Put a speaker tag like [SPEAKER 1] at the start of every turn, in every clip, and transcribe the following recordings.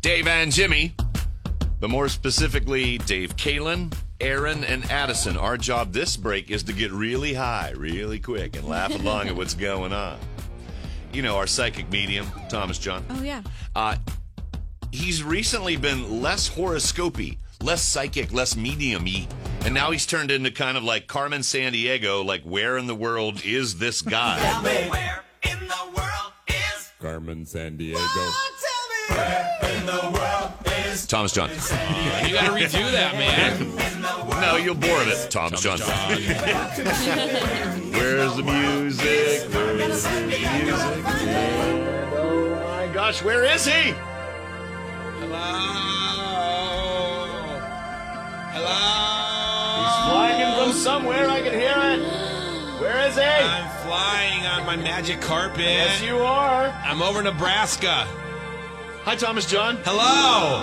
[SPEAKER 1] Dave and Jimmy, but more specifically, Dave Kalen, Aaron, and Addison. Our job this break is to get really high, really quick, and laugh along at what's going on. You know, our psychic medium, Thomas John.
[SPEAKER 2] Oh yeah.
[SPEAKER 1] Uh, he's recently been less horoscopy, less psychic, less medium-y, and now he's turned into kind of like Carmen San Diego, like where in the world is this guy?
[SPEAKER 3] Where in the world is
[SPEAKER 4] Carmen San Diego.
[SPEAKER 3] in the world is
[SPEAKER 1] Thomas John.
[SPEAKER 5] You got to redo that, man.
[SPEAKER 1] No, you're bored of it, Thomas John. Where's the music? Where's the music? Oh my gosh, where is he?
[SPEAKER 5] Hello. Hello.
[SPEAKER 1] Flying from somewhere, I can hear it. Where is he?
[SPEAKER 5] I'm flying on my magic carpet.
[SPEAKER 1] Yes, you are.
[SPEAKER 5] I'm over Nebraska.
[SPEAKER 1] Hi, Thomas John.
[SPEAKER 5] Hello.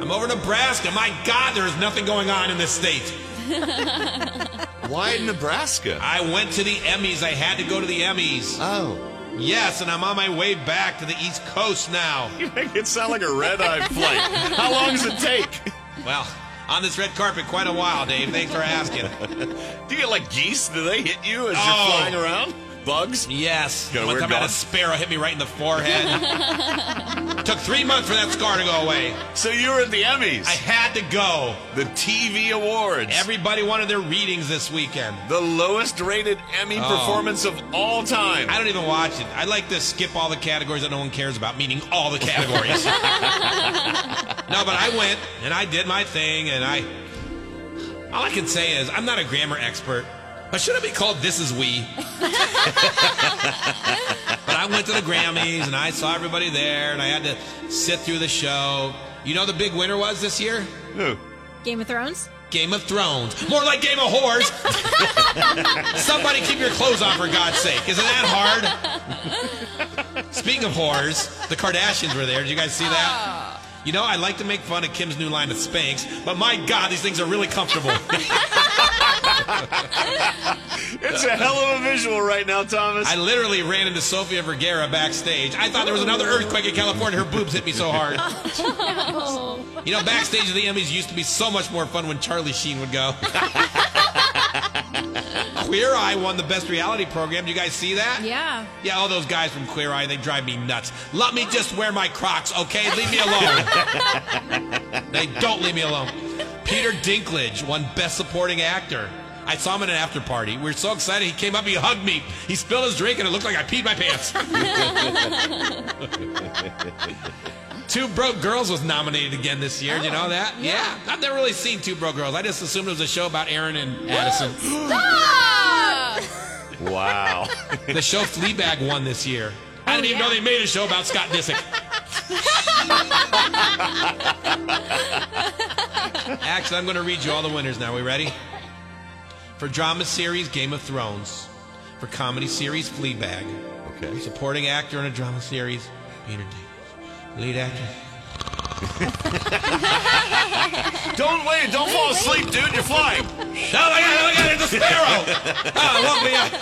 [SPEAKER 5] I'm over Nebraska. My God, there is nothing going on in this state.
[SPEAKER 1] Why Nebraska?
[SPEAKER 5] I went to the Emmys. I had to go to the Emmys.
[SPEAKER 1] Oh.
[SPEAKER 5] Yes, and I'm on my way back to the East Coast now.
[SPEAKER 1] You make it sound like a red eye flight. How long does it take?
[SPEAKER 5] Well, on this red carpet, quite a while, Dave. Thanks for asking.
[SPEAKER 1] Do you get like geese? Do they hit you as
[SPEAKER 5] Oh.
[SPEAKER 1] you're flying around? Bugs?
[SPEAKER 5] Yes.
[SPEAKER 1] Gotta
[SPEAKER 5] One
[SPEAKER 1] wear
[SPEAKER 5] time I had a
[SPEAKER 1] gloves.
[SPEAKER 5] sparrow hit me right in the forehead. Took three months for that scar to go away.
[SPEAKER 1] So you were at the Emmys,
[SPEAKER 5] I had to go.
[SPEAKER 1] the TV awards.
[SPEAKER 5] Everybody wanted their readings this weekend.
[SPEAKER 1] The lowest rated Emmy performance of all time.
[SPEAKER 5] Oh. I don't even watch it. I like to skip all the categories that no one cares about, meaning all the categories. no, but I went and I did my thing, and I. All I can say is I'm not a grammar expert, but should it be called "This Is We"? but I went to the Grammys and I saw everybody there, and I had to sit through the show. You know, the big winner was this year.
[SPEAKER 1] Who?
[SPEAKER 2] Game of Thrones.
[SPEAKER 5] Game of Thrones. More like Game of Whores. Somebody keep your clothes on, for God's sake. Isn't that hard? Speaking of whores, the Kardashians were there. Did you guys see that? You know, I like to make fun of Kim's new line of Spanx, but my God, these things are really comfortable.
[SPEAKER 1] It's a hell of a visual right now, Thomas.
[SPEAKER 5] I literally ran into Sofia Vergara backstage. I thought there was another earthquake in California. Her boobs hit me so hard. You know, backstage of the Emmys used to be so much more fun when Charlie Sheen would go. Queer Eye won the best reality program. Did you guys see that?
[SPEAKER 2] Yeah.
[SPEAKER 5] Yeah, all those guys from Queer Eye, they drive me nuts. Let me just wear my Crocs, okay? Leave me alone. they don't leave me alone. Peter Dinklage won Best Supporting Actor. I saw him at an after party. We were so excited. He came up, he hugged me. He spilled his drink, and it looked like I peed my pants. Two Broke Girls was nominated again this year. Did you know that? Yeah. I've never really seen Two Broke Girls. I just assumed it was a show about Aaron and Addison.
[SPEAKER 1] Wow.
[SPEAKER 5] The show Fleabag won this year. I didn't even know they made a show about Scott Disick. Actually, I'm going to read you all the winners now. We ready? For drama series, Game of Thrones. For comedy series, Fleabag.
[SPEAKER 1] okay.
[SPEAKER 5] Supporting actor in a drama series, Peter Dinklage. Lead actor.
[SPEAKER 1] Don't wait. Don't fall asleep, dude. You're flying.
[SPEAKER 5] Oh my God! Look at it! It's a sparrow! oh, it woke me up.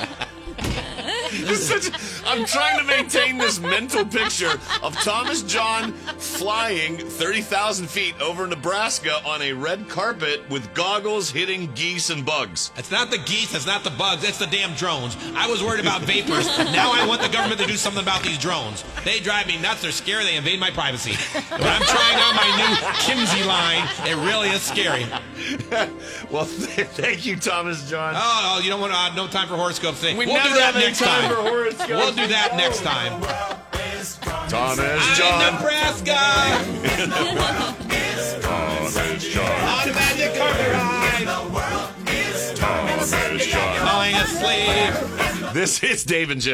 [SPEAKER 1] This is such- I'm trying to maintain this mental picture of Thomas John flying 30,000 feet over Nebraska on a red carpet with goggles hitting geese and bugs.
[SPEAKER 5] It's not the geese, it's not the bugs, it's the damn drones. I was worried about vapors. now I want the government to do something about these drones. They drive me nuts, they're scary, they invade my privacy. But I'm trying on my new Kimsey line. It really is scary.
[SPEAKER 1] Well, th- thank you, Thomas John.
[SPEAKER 5] Oh, oh, you don't want to, uh, no time for horoscope thing.
[SPEAKER 1] we
[SPEAKER 5] will
[SPEAKER 1] never
[SPEAKER 5] do that
[SPEAKER 1] have any
[SPEAKER 5] next
[SPEAKER 1] time, for
[SPEAKER 5] time.
[SPEAKER 1] horoscopes.
[SPEAKER 5] We'll do that next time.
[SPEAKER 1] Thomas
[SPEAKER 5] I'm
[SPEAKER 1] John.
[SPEAKER 5] Nebraska
[SPEAKER 1] Thomas John.
[SPEAKER 5] on a magic carpet ride.
[SPEAKER 1] Thomas on British Jar.
[SPEAKER 5] Falling asleep.
[SPEAKER 1] This is Dave and Jimmy.